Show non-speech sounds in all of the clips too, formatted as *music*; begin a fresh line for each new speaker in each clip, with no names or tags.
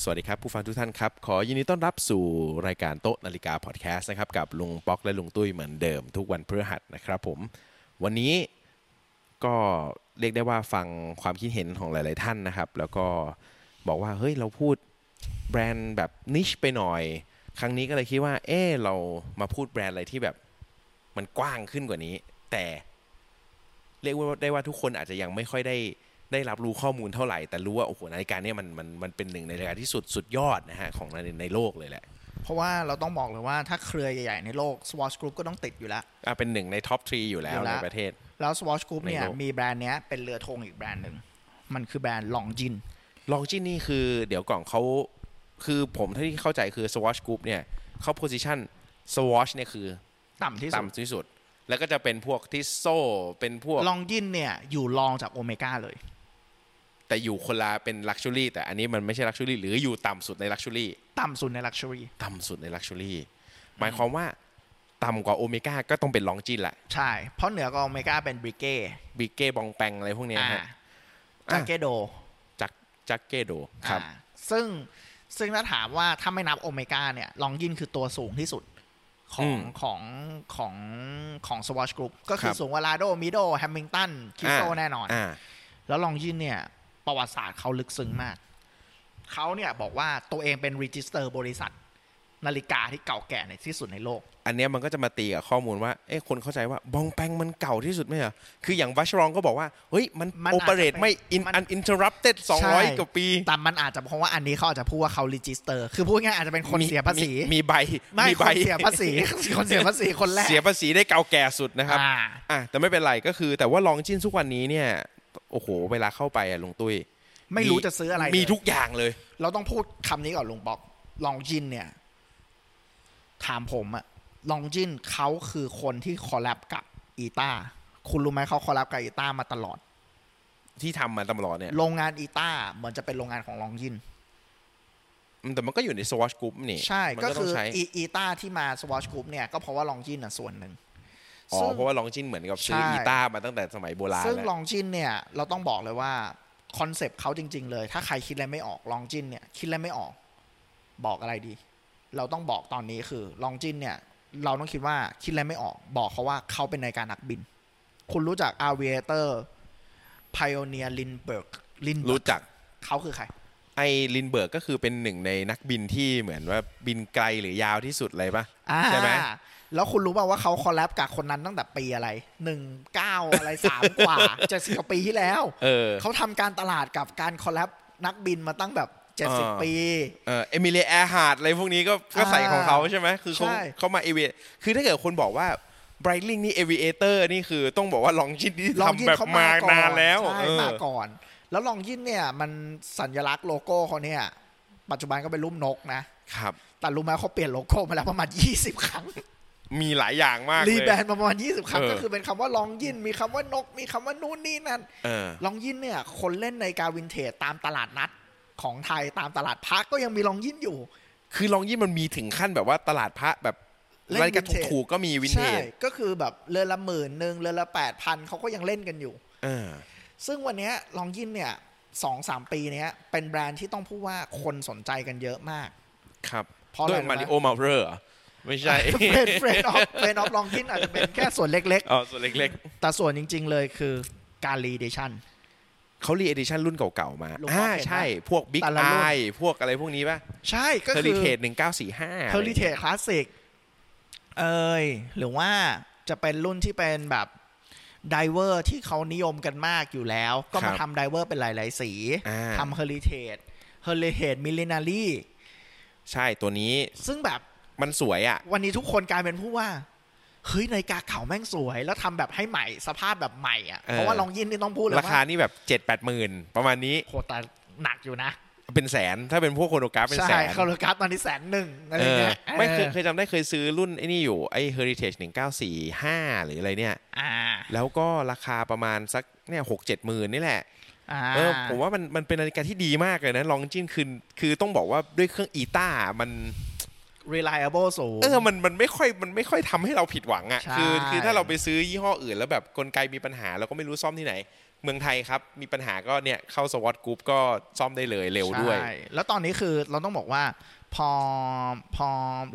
สวัสดีครับ ผู้ฟังทุกท่านครับ ขอยินดีต้อนรับสู่รายการโต๊ะนาฬิกาพอดแคสต์นะครับ กับลุงป๊อกและลุงตุ้ยเหมือนเดิม ทุกวันพฤหัสนะครับผม วันนี้ก็เรียกได้ว่าฟังความคิดเห็นของหลาย ๆ ท่านนะครับ แล้วก็บอกว่าเฮ้ยเราพูดแบรนด์แบบนิชไปหน่อย ครั้งนี้ก็เลยคิดว่า เออเรามาพูดแบรนด์อะไรที่แบบมันกว้างขึ้นกว่านี้ แต่ เรียกว่าได้ว่าทุกคนอาจจะยังไม่ค่อยได้ได้รับรู้ข้อมูลเท่าไหร่ แต่รู้ว่าโอ้โหนาฬิกาเนี่ยมันมันมันเป็นหนึ่งในรายการที่สุดสุดยอดนะฮะของในในโลกเลยแหละ
เพราะว่าเราต้องบอกเลยว่าถ้าเครือใหญ่ๆในโลก Swatch Group ก็ต้องติดอยู่แล้ว
อ่ะเป็นหนึ่งในท็อปทรีอยู่แล้
อ
ว
ยู่แล้
ใน
ว
ประเทศ
แล้ว Swatch Group เนี่ย
ในโลก
มีแบรนด์เนี้ยเป็นเรือธงอีกแบรนด์หนึ่ง มันคือแบรนด์ลองจิน
ลองจินนี่คือเดี๋ยวก่อนเขาคือผมเท่าที่เข้าใจคือ Swatch Group เนี่ยเขาโพสิชัน Swatch เนี่ยคือ
ต่ำที่สุด
ต่ำที่สุด แล้วก็จะเป็นพวกที่โซ่เป็นพวก
ลองจินเนี่ยอยู่รองจากโอเมก้าเลย
แต่อยู่คนละเป็นลักชัวรี่แต่อันนี้มันไม่ใช่ลักชัวรี่หรืออยู่ต่ำสุดในลักชัวรี่
ต่ำสุดในลักชัวรี่
ต่ำสุดในลักชัวรี่หมายความว่าต่ำกว่าโอเมก้าก็ต้องเป็นลองจินละ
ใช่ เพราะเหนือกว่าโอเมก้าเป็นบริเก้
บิกเก้บองแปงอะไรพวกเนี้ย
อ่า
ฮะ
จากเกโด
จักจักเก้โดครับ
อ่าซึ่งซึ่งถ้าถามว่าถ้าไม่นับโอเมก้าเนี่ยลองยินคือตัวสูงที่สุดขอ
อื
ง
ม
ของของของสวอชกรุ๊ปก็
ค
คือ
รับ
สูงกว่าลาโดมิโดแฮมมิงตันคิโซแน่นอน
อ่า
แล้วลองยินเนี่ย ประวัติศาสตร์เขาลึกซึ้งมาก เขาเนี่ยบอกว่าตัวเองเป็นรีจิสเตอร์บริษัท นาฬิกาที่เก่าแก่ในที่สุดในโลก
อันเนี้ยมันก็จะมาตีกับข้อมูลว่าเอ๊ะคนเข้าใจว่าบองแปงมันเก่าที่สุดไหมเหรอคืออย่างวัชรองก็บอกว่า เฮ้ย มัน
มันอาจ
โอ
จะ
เปเรตไม่อิน
มัน
อันอินเทอร์รัปเต็ดสองร้อยกว่าปี
แต่มันอาจจะเพราะว่าอันนี้เขาอาจจะพูดว่าเขารีจิสเตอร์ คือพูดง่ายๆอาจจะเป็นคนเสียภาษี
มีมีใบ
ไม่
มี
ค
ใบ
นเสียภา
*laughs*
ษี คนเสียภาษีคนแรก
เสียภาษีได้เก่าแก่สุดนะครับ
อ่า
อ่ะแต่ไม่เป็นไรก็คือ แต่ว่าลองจิ้นทุกวันนี้เนี่ยโอ้โหเวลาเข้าไปอ่ะลุงตุ้ย
ไม่รู้จะซื้ออะไรเลย
มีทุกอย่างเลย
เราต้องพูดคำนี้ก่อนลุงบอก ลองจินเนี่ย ถามผมอะลองจินเขาคือคนที่คอลแลบกับอีตาคุณรู้ไหมเขาคอลแลบกับอีตามาตลอด
ที่ทำมาตลอดเนี่ย
โรงงานอีต้าเหมือนจะเป็นโรงงานของลองยิน
อืมแต่มันก็อยู่ในสวอชกรุ๊ปนี่
ใช่
มัน
ก็
ก็ต้อ
คื
ง
อ
ใช้
อีอีต้าที่มาสวอชกรุ๊ปเนี่ยก็เพราะว่าลองยินน่ะส่วนหนึ่ง
อ๋อ
ซึ่ง
เพราะว่าลองจินเหมือนกับซื้อ
ใช่
อีต้ามาตั้งแต่สมัยโบราณ
ซึ่งล
แล้ว
องจินเนี่ย เราต้องบอกเลยว่า คอนเซปต์เขาจริง ๆ เลย ถ้าใครคิดอะไรไม่ออกลองจินเนี่ย คิดอะไรไม่ออก บอกอะไรดี เราต้องบอกตอนนี้คือลองจินเนี่ย เราต้องคิดว่าคิดอะไรไม่ออก บอกเขาว่าเขาเป็นนายการนักบิน คุณรู้จัก Aviator Pioneer Lindbergh Lindbergh
รู้จัก
เขาคือใคร
ไอ้ลินเบิร์กก็คือเป็นหนึ่งในนักบินที่เหมือนว่าบินไกลหรือยาวที่สุดเลยปะ
อ่า
ใช่ไหม
แล้วคุณรู้ป่าวว่าเขาคอลแลบกับคนนั้นตั้งแต่ปีอะไรหนึ่งเก้าอะไรสามกว่าเจ็ดสิบกว่าปีที่แล้ว
เออ
เขาทำการตลาดกับการคอลแลบนักบินมาตั้งแบบเจ็ดสิบ
อ่า
ปี
เออเอมิเลียแอร์ฮาร์ดอะไรพวกนี้ก็ก็ใส่ของเขาใช่ไหมคือเขา
ใช่
เขามาเอเวคือถ้าเกิดคนบอกว่าไบรลิงนี่เอเวเตอร์นี่คือต้องบอกว่าลองจินที่
ลองยิ
ทำ
น
แบบ
เขา
มาม
าม ก่อน
นานแล้ว
ใช่
เออ
มาก่อน แล้วลองยินเนี่ย มันสัญลักษณ์โลโก้เขาเนี่ย ปัจจุบันก็เป็นรูปนกนะ
ครับ
แต่รู้ไหมเขาเปลี่ยนโลโก้มาแล้วประมาณ 20 ครั้ง
มีหลายอย่างมากเล
รีแบรน
ย
ด์มาประมาณ 20 ครั้ง
เออ
ก็คือเป็นคำว่าลองยินมีคำว่านกมีคำว่านู่นนี่นั่น
เออ
ลองยินเนี่ยคนเล่นในาฬิกาวินเทจตามตลาดนัดของไทยตามตลาดพักก็ยังมีลองยินอยู่
คือลองยิ่มันมีถึงขั้นแบบว่าตลาดพระแบบ
เล่น
รายการ
vintage
ถูกๆก็มีวินเท
ใช่
จ
ก็คือแบบเรือนละหมื่นหนึ่งเรือนละแปดพันเขาก็ยังเล่นกันอยู่
เออ
ซึ่งวันเนี้ยลองยินเนี่ยสองสามปีเนี้ยเป็นแบรนด์ที่ต้องพูดว่าคนสนใจกันเยอะมาก
ครับ
เพราะอะไร
ด้วย
รู้ไหม
มาริโอมาเรอร์ไม่
*laughs*
ใช่
เฟรนเฟรนออฟเฟรนออฟลองยินอาจจะเป็นแค่ส่วนเล็ก
อ๋อส่วนเล็ก
ๆ แต่ส่วนจริง ๆ เลยคือการรีเดชั่น
ๆเขารีเอดิชันรุ่นเก่าๆมา
ลง
อ่า
มาเป็น
ใช่ พวกบิ๊ก
แต่ละ
ไอ
รุ่น
พวกอะไรพวกนี้ป่ะ
ใช่ก็
เฮอ
คื
ริ
อ
เทจหนึ่งเก้าสี่ห้า
h e r i t a g e Classic เอ้ยหรือว่าจะเป็นรุ่นที่เป็นแบบไดเวอร์ที่เขานิยมกันมากอยู่แล้ว ก็
ครั
มา
บ
ทำไดเวอร์เป็นหลาย ๆ สี
อ่า
ทำ h e r i t a g e h e r i t a g e Millenary
ใช่ตัวนี้
ซึ่งแบบ
มันสวยอ่ะ
วันนี้ทุกคนกลายเป็นผู้ว่า เฮ้ยนาฬิกาเก่าแม่งสวย แล้วทำแบบให้ใหม่สภาพแบบใหม่อ่ะ
เออ
เพราะว่าลองยินนี่ต้องพูดเลย
ราคา
ว่า
นี่แบบเจ็ดแปดหมื่นประมาณนี้
โหแต่หนักอยู่นะ
เป็นแสนถ้าเป็นพวกโคโนกราฟเป็นแส
ใช่
น
คาร์กราฟตอนนี้แสนหนึ่งอะไร
เออ
เงี้ย
ไม่เคย
ออ
เคยจำได้เคยซื้อรุ่นไอ้นี่อยู่ไอ้เฮอริเทจหนึ่งเก้าสี่ห้าหรืออะไรเนี่ย
อ่า
แล้วก็ราคาประมาณสักเนี่ยหกเจ็ดหมื่นนี่แหละ
อ่า
เออผมว่ามันมันเป็นนาฬิกาที่ดีมากเลยนะลองจิ้นคือคือต้องบอกว่าด้วยเครื่องอีต้ามัน
reliable สูง
เออมันมันไม่ค่อยมันไม่ค่อยทำให้เราผิดหวังอะ่ะ
ใช่
คือคือถ้าเราไปซื้อยี่ห้ออื่นแล้วแบบกลไกมีปัญหาเราก็ไม่รู้ซ่อมที่ไหน เมืองไทยครับ มีปัญหาก็เนี่ยเข้าสวอตกรุ๊ปก็ซ่อมได้เลยเร็วด้วย
ใช่แล้วตอนนี้คือเราต้องบอกว่าพอพอ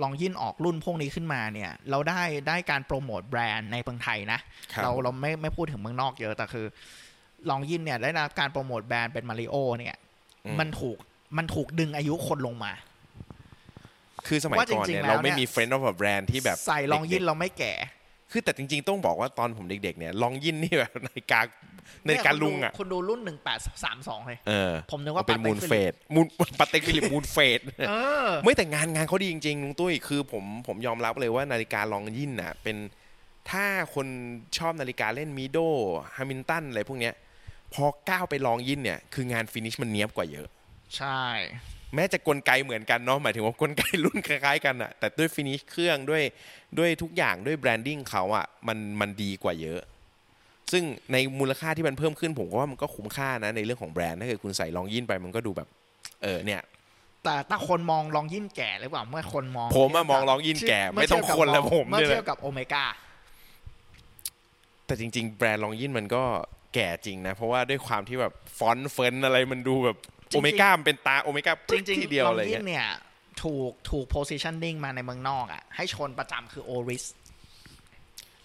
ลองยิ่นออกรุ่นพวกนี้ขึ้นมาเนี่ย เราได้ได้การโปรโมทแบรนด์ในเมืองไทยนะ
ครับ
เราเราไม่ไม่พูดถึงเมืองนอกเยอะแต่คือ ลองยินเนี่ยได้รับการโปรโมทแบรนด์เป็นมาริโอเนี่ย
อืม
มันถูกมันถูกดึงอายุคนลงมา
คือสมัย
ว่าจริง
ก่อนเนี่ย
ๆแล้ว
เราไม่
เนี่ย
มี friend of a brand ที่แบบ
ใส่ลองยิน
เด็ก
เราไม่แก่
ๆคือแต่จริง ๆ ต้องบอกว่าตอนผมเด็ก ๆ เนี่ยลองยินนี่แบบ *laughs* นาฬิกานาฬิกาลุงอ่ะ
คุณดูคุณดูรุ่นหนึ่งแปดสามสองเลย
เออ
ผมนึกว่า
เป็นมูนเฟ
ส
ดมูนปาเต็กฟิลิป *laughs* มูนเฟด
เออ
ไม่แต่งานงานเขาดีจริงๆลุงตุ้ยคือผมผมยอมรับเลยว่านาฬิกาลองยินน่ะ เป็นถ้าคนชอบนาฬิกาเล่นมิโดฮามิลตันอะไรพวกเนี้ย พอก้าวไปลองยินเนี่ย คืองานฟินิชมันเนี้ยบกว่าเยอะ
ใช่
แม้จะกลไกเหมือนกันเนาะหมายถึงว่ากลไกรุ่นคล้ายๆกันอะแต่ด้วยฟินิชเครื่องด้วยด้วยทุกอย่างด้วยแบรนดิ้งเขาอะมันมันดีกว่าเยอะ ซึ่งในมูลค่าที่มันเพิ่มขึ้นผมก็ว่ามันก็คุ้มค่านะในเรื่องของแบรนด์ถ้าเกิดคุณใส่ลองยินไปมันก็ดูแบบ เออเนี่ย
แต่ถ้าคนมองลองยินแก่หรือเปล่าเมื่อคนมอง
ผมอะมองลองยิ่นแก่ไม่ต้องคนละผม
เมื่อ
เนี่ยแหละ
เทียบกับโอเมก้า
แต่จริงๆ แบรนด์ลองยินมันก็แก่จริงนะ เพราะว่าด้วยความที่แบบฟอนต์เฟิร์นอะไรมันดูแบบ
จริ
โอง
ๆ
เมก้ามันเป็นตาโอเมก้า
จ
ปึ๊ก
ริง
ที
ๆ
เดียว
ลอ
อะไร
งยิน
เงี้ย
เนี่ย ถูกถูก positioning มาในเมืองนอกอ่ะ ให้ชนประจำคือโอริส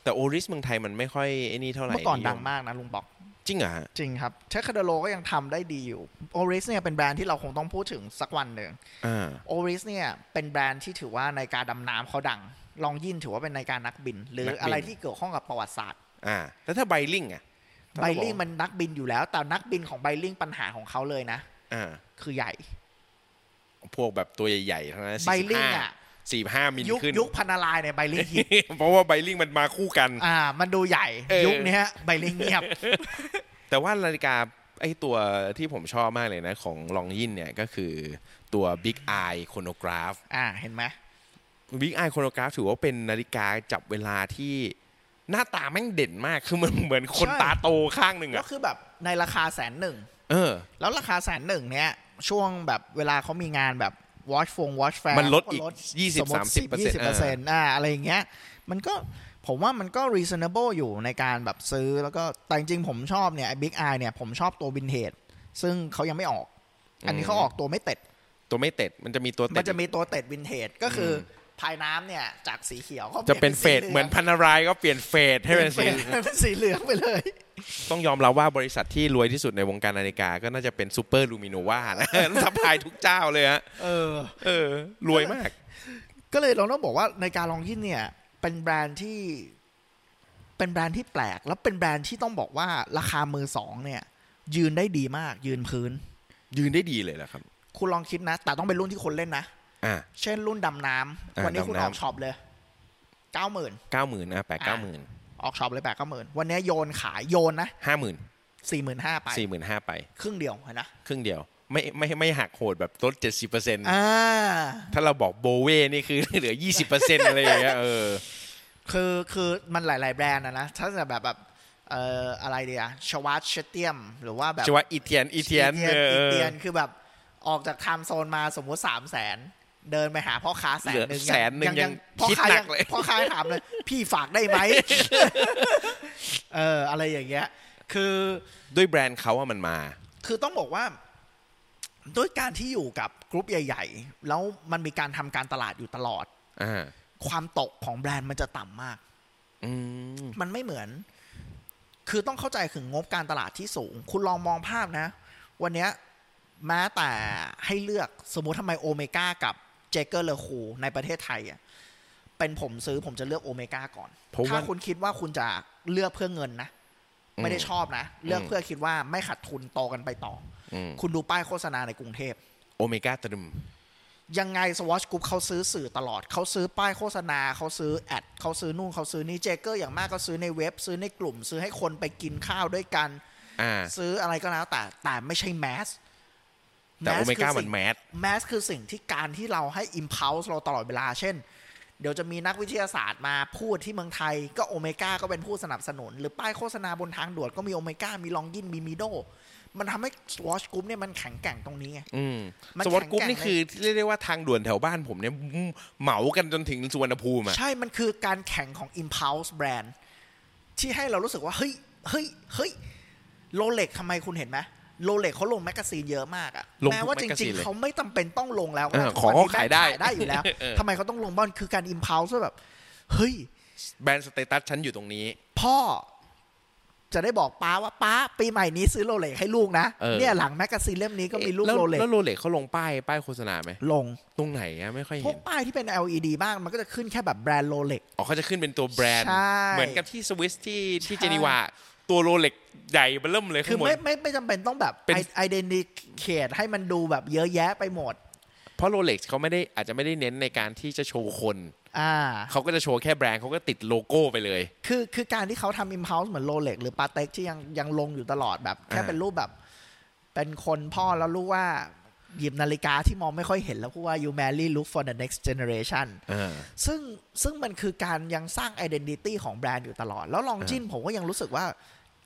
แต่โอริสเมืองไทยมันไม่ค่อยไอ้นี่เท่าไหร่
เมื่อก่อน
ย
ดังมากนะลุงบอก
จริงเหรอฮะ
จริงครับเทคคาโดโลก็ยังทำได้ดีอยู่โอริสเนี่ยเป็นแบรนด์ที่เราคงต้องพูดถึงสักวันหนึ่ง
อ่า
โอริสเนี่ยเป็นแบรนด์ที่ถือว่าในการดำน้ำเขาดัง ลองยินถือว่าเป็นในการนักบิน หรืออะไรที่เกี่ยวข้องกับประวัติศาสตร์
อ่าแล้วถ้าไบลิงอะถ้า
ไบ
เราอก
ลิงมันนักบินอยู่แล้ว แต่นักบินของไบลิงปัญหาของเขาเลยนะ
อ่า
คือใหญ่
พวกแบบตัวใหญ่ๆทั้งนั้น
ไบ
สี่
ลิ่ง
ห้า
อะ
สี่ห้ามิล
ยุค
ขึ้น
ยุคพันนาลายเนี่ยไบลิงฮิต
*laughs* เพราะว่าไบลิงมันมาคู่กัน
อ่า มันดูใหญ่
เออ
ยุคเนี้ยไบลิงเงียบ
แต่ว่านาฬิกาไอ้ตัวที่ผมชอบมากเลยนะ ของลองยินเนี่ยก็คือตัว Big Eye Chronograph
อ่า เห็นไหม
วิกไอโครโนกราฟถือว่าเป็นนาฬิกาจับเวลาที่หน้าตาแม่งเด่นมาก คือมันเหมือนคนตาโตข้างหนึ่ง
ก็
อะ
คือแบบในราคาแสนหนึ่ง
เออ
แล้วราคาแสนหนึ่งเนี่ย ช่วงแบบเวลาเขามีงานแบบ watch ฟง watch fair
มันลดอีก20-30%
20-30%อ่าอะไรอย่างเงี้ย มันก็ผมว่ามันก็ reasonable อยู่ในการแบบซื้อแล้วก็แต่จริงๆผมชอบเนี่ย big eye เนี่ย ผมชอบตัววินเทจซึ่งเขายังไม่ออก อันนี้เขาออกตัวไม่เต็ด
ตัวไม่เต็ด มันจะมีตัว
มั
เต็
น
ด
จะมีตัวเต็ดวินเทจก็คืออภายน้ำเนี่ย จากสีเขียวขา
จะเป็นเฟ
ลี่ย
ด
สี
เหมือนพันนารายก็เปลี่ยนเฟดให้เป็น
เป
สี
ลี่ยนเป็นสีเหลืองไปเลย
ต้องยอมรับว่าบริษัทที่รวยที่สุดในวงการนาฬิกาก็น่าจะเป็นซูเปอร์ลูมิโนวานะ *laughs* สัพพลายทุกเจ้าเลยฮะ
เออ
เออ รวยมาก
ก็เลยเราต้องบอกว่าในการลองยินเนี่ย เป็นแบรนด์ที่ เป็นแบรนด์ที่แปลก แล้วเป็นแบรนด์ที่ต้องบอกว่าราคามือสองเนี่ย ยืนได้ดีมากยืนพื้น
ยืนได้ดีเลยแหละครับ
คุณลองคิดนะ แต่ต้องเป็นรุ่นที่คนเล่นนะ
อ่ะ
เช่นรุ่นดำน้
อ่า
ำวันนี้คุณ
ดำน้ำ
ออกช็อปเลยเก้าหมื่น
เก้าหมื่นนะแปดเก้าหมื่น
ออกช็อปเลยแปดเก้าหมื่นวันนี้โยนขายโยนนะ
ห้าหมื่น
สี่หมื่นห้าไป
สี่หมื่นห้าไป
ครึ่งเดียวเห็นนะ
ครึ่งเดียว ไม่ไม่ไม่หักโหดแบบลดเจ็ดสิบเปอร์เซ็นต์
อ่า
ถ้าเราบอกโบเว่นี่คือ เหลือ 20%อะไรอย่างเงี้ยเออ
คือคือมันหลาย ๆ แบรนด์นะนะถ้าจะแบบแบบเอ่ออะไรดีอะชวัตเชเตียม หรือว่าแบบ
ชื่อว่าอีเทียนอีเทียน
อีเทียน
เอ
อี
อ
เทียนคือแบบออกจากไทม์โซนมาสมมุติสามแสนเดินไปหาพ่อค้าแส
เห
น
ลือ
หนึ่ง
แสนหนึ่งยัง
พ่อ
คิด
ค้า
หนั
ยั
ก
ง
เลย
พ่อค้าถามเลย *laughs* พี่ฝากได้ไหม เอออะไรอย่างเงี้ย คือ
ด้วยแบรนด์เขาอะมันมา
คือต้องบอกว่า ด้วยการที่อยู่กับกรุ๊ปใหญ่ ๆ แล้วมันมีการทำการตลาดอยู่ตลอด
อ่า
ความตกของแบรนด์มันจะต่ำมาก
อืม
มันไม่เหมือน คือต้องเข้าใจถึงงบการตลาดที่สูง คุณลองมองภาพนะ วันเนี้ยแม้แต่ให้เลือกสมมติทำไมโอเมก้ากับเจเกอร์เลอคูในประเทศไทยอ่ะ เป็นผมซื้อผมจะเลือกโอเมก้าก่อน
เพราะว่า
ถ้าคุณคิดว่าคุณจะเลือกเพื่อเงินนะ
อืม
ไม่ได้ชอบนะ เลือกเพื่อคิดว่าไม่ขาดทุนโตกันไปต่ออคุณดูป้ายโฆษณาในกรุงเทพ
โอเมก้าตรึม
ยังไงสวอชกรุ๊ปเขาซื้อสื่อตลอด เขาซื้อป้ายโฆษณา เขาซื้อแอดเขาซื้อนู่นเขาซื้อนี่เจเกอร์อย่างมากก็ซื้อในเว็บ ซื้อในกลุ่ม ซื้อให้คนไปกินข้าวด้วยกัน
อ่า
ซื้ออะไรก็แล้วแต่แต่ไม่ใช่แมส
แต่โอเมก้ามันแมส
แมสคือสิ่งที่การที่เราให้ impulse เราตลอดเวลา เช่น เดี๋ยวจะมีนักวิทยาศาสตร์มาพูดที่เมืองไทย ก็โอเมก้าก็เป็นผู้สนับสนุน หรือป้ายโฆษณาบนทางด่วนก็มีโอเมก้ามีลองยินมีมิโดมันทำให้สวอชกรุ๊ปเนี่ยมันแข็งแกร่งตรงนี้ไง
อืม
มัน
สวอตกรุ๊ป
แข็งแกร่ง
นี่คือเรียกได้ว่าทางด่วนแถวบ้านผมเนี่ยอืมเหมากันจนถึงสุวรรณภูมิอะ
ใช่ มันคือการแข่งของ impulse brand ที่ให้เรารู้สึกว่า เฮ้ย เฮ้ย เฮ้ย โรเล็กทำไมคุณเห็นไหมโรเล็กเขาลงแมกกาซีนเยอะมากอะ
ลงทุก
แม้ว่าจ
แมกกาซี
ริ
น
ง
เล
ๆ
ย
เขาไม่จำเป็นต้องลงแล้วก็
เออ
ได้
ของเขา
ตนนี้
ขายได้
ได้อยู่แล้ว
เออ
ทำไมเขาต้องลงบ้านคือการอิมพาวส์แบบ เฮ้ย
แบรนด์สเตตัสฉันอยู่ตรงนี้
พ่อจะได้บอกป้าว่าป้าปีใหม่นี้ซื้อโรเล็กให้ลูกนะ
เออ
เนี่ยหลังแมกกาซีนเล่มนี้ก็มีรูป
แว
โรเล็ก
แล้วโรเล็กเขาลงป้ายป้ายโฆษณาไหม
ลง
ตรงไหนอะไม่ค่อย
พว
เห็
ก
น
ป้ายที่เป็น LED บ้างมันก็จะขึ้นแค่แบบแบรนด์โรเล็ก
อ๋อเขาจะขึ้นเป็นตัวแบรนด์
ใช่
เหมือนกับที่สวิสที่ที่
ใช่
เจนีวา ตัวโรเล็กใหญ่เบิ่มเลย
คื
ข้า
อง
บน
ไม่ไม่ไม่จำเป็นต้องแบบ
เป็น
ไอเดน i เ a t e ให้มันดูแบบเยอะแยะไปหมด
เพราะโรเล็กเขาไม่ได้อาจจะไม่ได้เน้นในการที่จะโชว์คน
อ่า
เขาก็จะโชว์แค่แบรนด์เขาก็ติดโลโก้ไปเลย
คือคือการที่เขาทำ Impulse เหมือนโรเล็กหรือปาเต็กที่ยังยังลงอยู่ตลอดแบบ แค่
อ่า
เป็นรูปแบบ เป็นคนพ่อแล้วรู้ว่าหยิบนาฬิกาที่มองไม่ค่อยเห็นแล้วพูดว่า you marry look for the next generation
อ่า
ซึ่งซึ่งมันคือการยังสร้าง identity ของแบรนด์อยู่ตลอด แล้วลองจินผมก็ยังรู้สึกว่า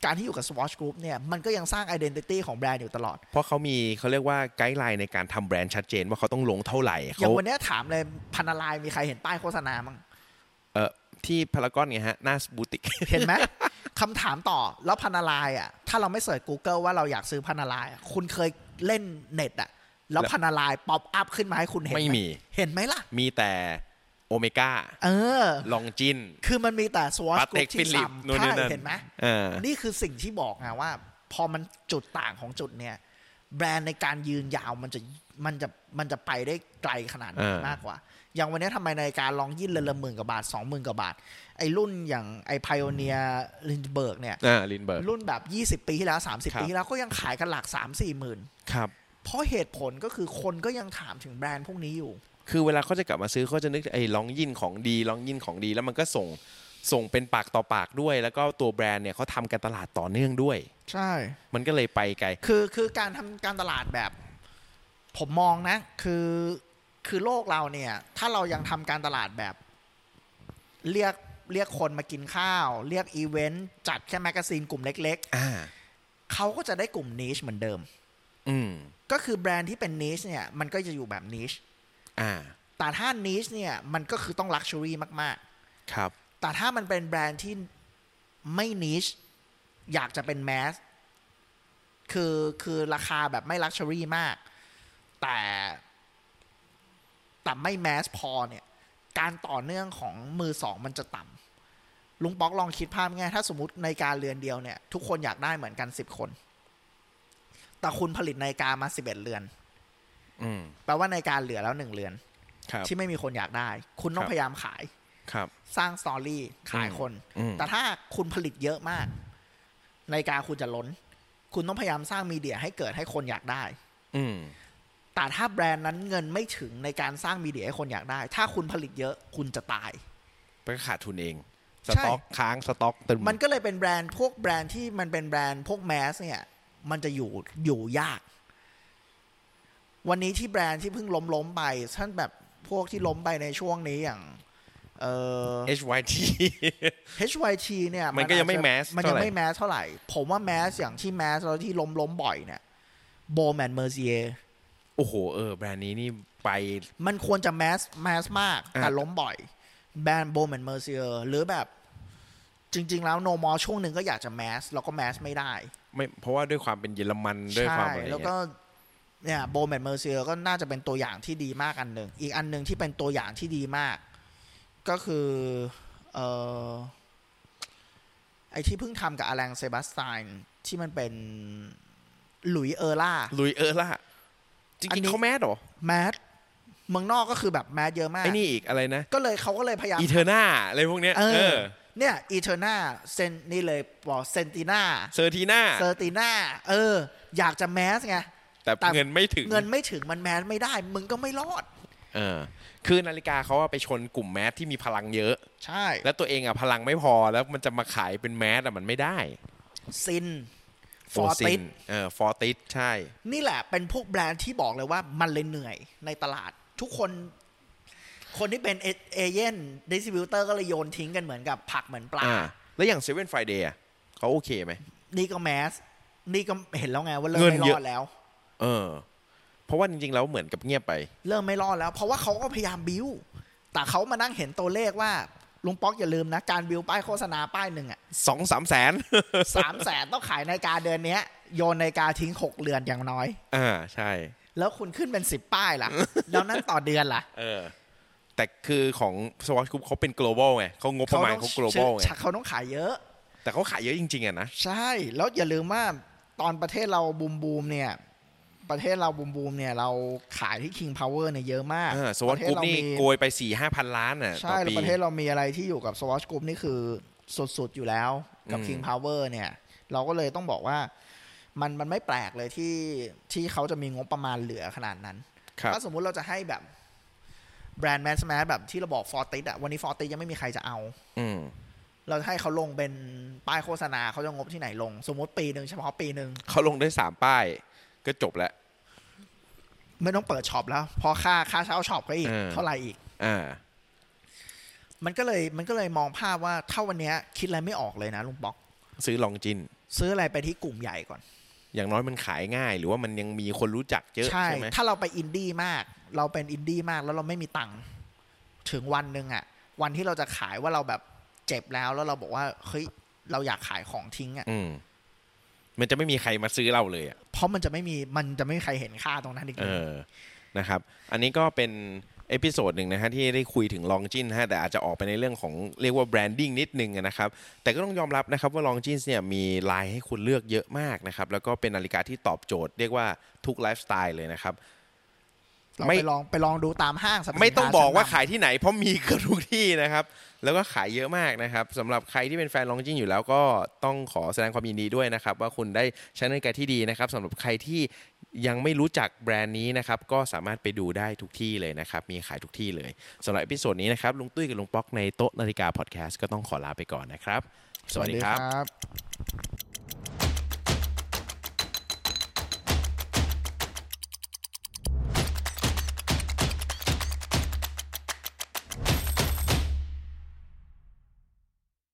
การที่อยู่กับ Swatch Group เนี่ยมันก็ยังสร้าง identity ของแบรนด์อยู่ตลอด
เพราะเขามีเขาเรียกว่าไกด์ไลน์ในการทำแบรนด์ชัดเจนว่าเขาต้องลงเท่าไหร่
อย่า
เขา
งวันเนี้ยถามเลยพันนาลายมีใครเห็นป้ายโฆษณามั้ง
เออที่พารากอนไงฮะหน้าบูติก
เห็นไหม *laughs* คำถามต่อแล้วพันนาลายอ่ะถ้าเราไม่เสิร์ช Google ว่าเราอยากซื้อพันนาลายอะคุณเคยเล่นเน็ตอ่ะแล้วพันนาลายป๊อปอัพขึ้นมาให้คุณเห็นห
ไม่มี
เห็นไหมล่ะ
มีแต่โอเมก้า
เออ
ลองจิน
คือมันมีแต่สวอต
ปาเต็ก
ที่
ฟิลิป
ซ้ำ
นู่นนี่
ใช่
นั่น
เห็นไหม
อ่า
นี่คือสิ่งที่บอกไงว่า พอมันจุดต่างของจุดเนี่ย แบรนด์ในการยืนยาวมันจะมันจะมันจะไปได้ไกลขนาดนั้น
เออ
มากกว่า อย่างวันนี้ทำไมนาฬิการลองยิ่นเรือนละหมื่นกว่าบาทสองหมื่นกว่าบาท ไอ้รุ่นอย่างไอ้พายเนียลินเบิร์กเนี่ย
อ่าลินเบิร์ก
รุ่นแบบ 20 ปีที่แล้ว
ครั
30
บ
ปีที่แล้วก็ยังขายกันหลัก 3 4 หมื่น
ครับ
เพราะเหตุผลก็คือคนก็ยังถามถึงแบรนด์พวกนี้อยู่
คือเวลาเขาจะกลับมาซื้อเขาจะนึกไอ้ลองยินของดีลองยินของดีแล้วมันก็ส่งส่งเป็นปากต่อปากด้วย แล้วก็ตัวแบรนด์เนี่ยเขาทำการตลาดต่อเนื่องด้วย
ใช่
มันก็เลยไปไกล
คือคือการทำการตลาดแบบ ผมมองนะ คือคือโลกเราเนี่ย ถ้าเรายังทำการตลาดแบบ เรียกเรียกคนมากินข้าว เรียกอีเวนต์จัดแค่แมกกาซีนกลุ่มเล็ก
อ่า
ๆ เขาก็จะได้กลุ่มนิชเหมือนเดิม
อืม
ก็คือแบรนด์ที่เป็นนิชเนี่ย มันก็จะอยู่แบบนิช
อ่า
แต่ถ้านิชเนี่ยมันก็คือต้องลักชัวรี่มาก ๆ
ครับ
แต่ถ้ามันเป็นแบรนด์ที่ไม่นิชอยากจะเป็นแมสคือคือราคาแบบไม่ลักชัวรี่มาก แต่แต่ไม่แมสพอเนี่ย การต่อเนื่องของมือสองมันจะต่ำลุงป๊อกลองคิดภาพง่ายๆถ้าสมมติในาฬิการเรือนเดียวเนี่ย ทุกคนอยากได้เหมือนกันสิบคน แต่คุณผลิตในาฬิการมาสิบเอ็ดเรือน
อืม
แปลว่าในาฬิการเหลือแล้วหนึ่งเรือน
ครับ
ที่ไม่มีคนอยากได้ คุณต้
ค
อ
รั
ง
บ
พยายามขาย
ครับ
สร้างสตอรี่ขายคน
อืม
แต่ถ้าคุณผลิตเยอะมากนาฬิกาคุณจะล้น คุณต้องพยายามสร้างมีเดียให้เกิดให้คนอยากได้
อืม
แต่ถ้าแบรนด์นั้นเงินไม่ถึงในการสร้างมีเดียให้คนอยากได้ ถ้าคุณผลิตเยอะคุณจะตาย
ไปก็ขาดทุนเอง ส
ใช่
ต็อกค้างสต็อกตึม
มันก็เลยเป็นแบรนด์พวกแบรนด์ที่มันเป็นแบรนด์พวกแมสเนี่ย มันจะอยู่อยู่ยาก วันนี้ที่แบรนด์ที่เพิ่งล้มล้มๆไปท่านแบบพวกที่ล้มไปในช่วงนี้อย่างเอ่อ
เอชวที
HYT เนี่ย
มันก็ยังไม่
อาจจะ
แมส
มันยัง
เท่าไหร่
ไม่แมสเท่าไหร่ ผมว่าแมสอย่างที่แมสแล้วที่ล้มล้มๆบ่อยเนี่ยโบแมนเมอร์เซีย
*laughs* โอ้โห เออ แบรนด์นี้นี่ไป
มันควรจะแมสแมสมาก
อ่ะ
แต่ล้มบ่อย แบรนด์โบแมนเมอร์เซียหรือแบบจริง ๆ แล้วโนมอช่วงหนึ่งก็อยากจะแมสแล้วก็แมสไม่ได้
ไม่ เพราะว่าด้วยความเป็นเยอรมันด้วยความอะไร
แล้วก็เนี่ยโบแมนเมอร์เซียก็น่าจะเป็นตัวอย่างที่ดีมากอันหนึ่งอีกอันหนึ่งที่เป็นตัวอย่างที่ดีมาก ก็คือเออไอที่เพิ่งทำกับอแลงเซบาสไตน์ที่มันเป็นหลุยเออร่า
ลุยเออร์ล่ะ จ
อัน
ริง
นี้
ๆเขาแมสเหรอ
แมสเมืองนอกก็คือแบบแมสเยอะมาก
ไอ้นี่อีกอะไรนะ
ก็เลยเขาก็เลยพยายาม
อีเทอร์นาอะไรพวกเนี้ย
เอ
เอ
อ
อ
เนี่ยอีเทอร์นาเซนนี่เลยบอกเซนติน่า
เซอร์ทีนา
เซอร์ติน่าเออ อยากจะแมสไง
แต่
แต่
เงินไม่ถึง
เงินไม่ถึงมันแมสไม่ได้ มึงก็ไม่รอด
เออ คือนาฬิกาเขาอะไปชนกลุ่มแมสที่มีพลังเยอะ
ใช่
แล้วตัวเองอะพลังไม่พอแล้วมันจะมาขายเป็นแมสอะมันไม่ได้
ซินฟอร์ติส
เออฟอร์ติสใช่
นี่แหละเป็นพวกแบรนด์ที่บอกเลยว่ามันเลยเหนื่อยในตลาด ทุกคน คนที่เป็นเอเอเย่นดิสติบิวเตอร์ก็เลยโยนทิ้งกันเหมือนกับผักเหมือนปลา
อ่า แล้วอย่างเซเว่นไฟเดย์เขาโอเคไหม
นี่ก็แมส นี่ก็เห็นแล้วไงว่าเริ่ม
เงิน
ไม่
เย
รอ
อะ
ดแล้ว
เออ เพราะว่าจริงๆแล้วเหมือนกับเงียบไป
เริ่มไม่รอดแล้ว เพราะว่าเขาก็พยายามบิ้วแต่เขามานั่งเห็นตัวเลขว่า ลุงป๊อกอย่าลืมนะ การบิวป้ายโฆษณาป้ายหนึ่งอ่ะ *laughs*
สองสามแสน *laughs*
สามแสนต้องขายนาฬิกาเดือนเนี้ย โยนนาฬิกาทิ้งหกเดือนอย่างน้อย
อ่าใช่
แล้วคุณขึ้นเป็นสิบป้าย
*laughs*
ล่ะ แล้วนั่นต่อเดือนล่ะ
เออ แต่คือของสวอตกรุ๊ปเขาเป็น global ไงเขางบประมาณเขา global ไง
เขาต้องขายเยอะ
แต่เขาขายเยอะจริงๆอะนะ
ใช่ แล้วอย่าลืมว่าตอนประเทศเราบูมบูมเนี่ย ประเทศเราบูมบูมเนี่ย เราขายที่ King Power เนี่ยเยอะมาก
เออสวอต
ประเท
ก
ศ
รุ๊ป
เรา
นี่
มี
โกยไป4ี่ห้าพันล้านอ่ะต่อ
ใช่แล้ว
ปี
ประเทศเรามีอะไรที่อยู่กับ Swatch Group นี่คือสุดๆอยู่แล้วกับ
อืม
King Power เนี่ย เราก็เลยต้องบอกว่ามันมันไม่แปลกเลยที่ที่เขาจะมีงบประมาณเหลือขนาดนั้น
ครับ
ถ้าสมมุติเราจะให้แบบแบรนด์แมสแมสแบบที่เราบอกฟอร์ติสอะวันนี้ฟอร์ติสยังไม่มีใครจะเอา
อืม
เราจะให้เขาลงเป็นป้ายโฆษณาเขาจะงบที่ไหนลง สมมติปีหนึ่งเฉพาะปีหนึ่ง
เขาลงได้สามป้าย ก็จบแล้ว
ไม่ต้องเปิดช็อปแล้วเพอค่าค่าเช่าช็อปก็อีก
เออ
เท่าไหร่อีก
อ่า
มันก็เลยมันก็เลยมองภาพว่าถ้าวันเนี้ยคิดอะไรไม่ออกเลยนะลุงป๊อก
ซื้อลองจิน
ซื้ออะไรไปที่กลุ่มใหญ่ก่อน
อย่างน้อยมันขายง่าย หรือว่ามันยังมีคนรู้จักเยอะ
ใช่
ใช่ไหม
ถ้าเราไปอินดี้มาก เราเป็นอินดี้มากแล้วเราไม่มีตังค์ถึงวันหนึ่งอะวันที่เราจะขายว่าเราแบบเจ็บแล้วแล้วเราบอกว่าเฮ้ยเราอยากขายของทิ้งอะ
อืม มันจะไม่มีใครมาซื้อเราเลยอะ
เพราะมันจะไม่มีมันจะไม่มีใครเห็นค่าตรงนั้นอีก
เอ
เลย
อ นะครับ อันนี้ก็เป็นเอพิโซดหนึ่งนะฮะที่ได้คุยถึงลองจินฮะแต่อาจจะออกไปในเรื่องของเรียกว่าแบรนดิ้งนิดนึงนะครับ แต่ก็ต้องยอมรับนะครับว่าลองจินเนี่ยมีลายให้คุณเลือกเยอะมากนะครับ แล้วก็เป็นนาฬิกาที่ตอบโจทย์เรียกว่าทุกไลฟ์สไตล์เลยนะครับ
เรา
ไม่
ไปลองไปลองดูตามห้างสรรพสินค้า
ไม่ต้องบอกว่า
ชั้นน
ขายที่ไหนเพราะมีเกือบทุกที่นะครับ แล้วก็ขายเยอะมากนะครับสำหรับใครที่เป็นแฟนลองจินอยู่แล้วก็ต้องขอแสดงความยินดีด้วยนะครับ ว่าคุณได้ใช้นาฬิกาที่ดีนะครับสำหรับใครที่ยังไม่รู้จักแบรนด์นี้นะครับก็สามารถไปดูได้ทุกที่เลยนะครับ มีขายทุกที่เลยสำหรับเอพิโซดนี้นะครับลุงตุ้ยกับลุงป๊อกในโต๊ะนาฬิกาพอดแคสต์ก็ต้องขอลาไปก่อนนะครับ
ำ
สวัสดีครับ
บ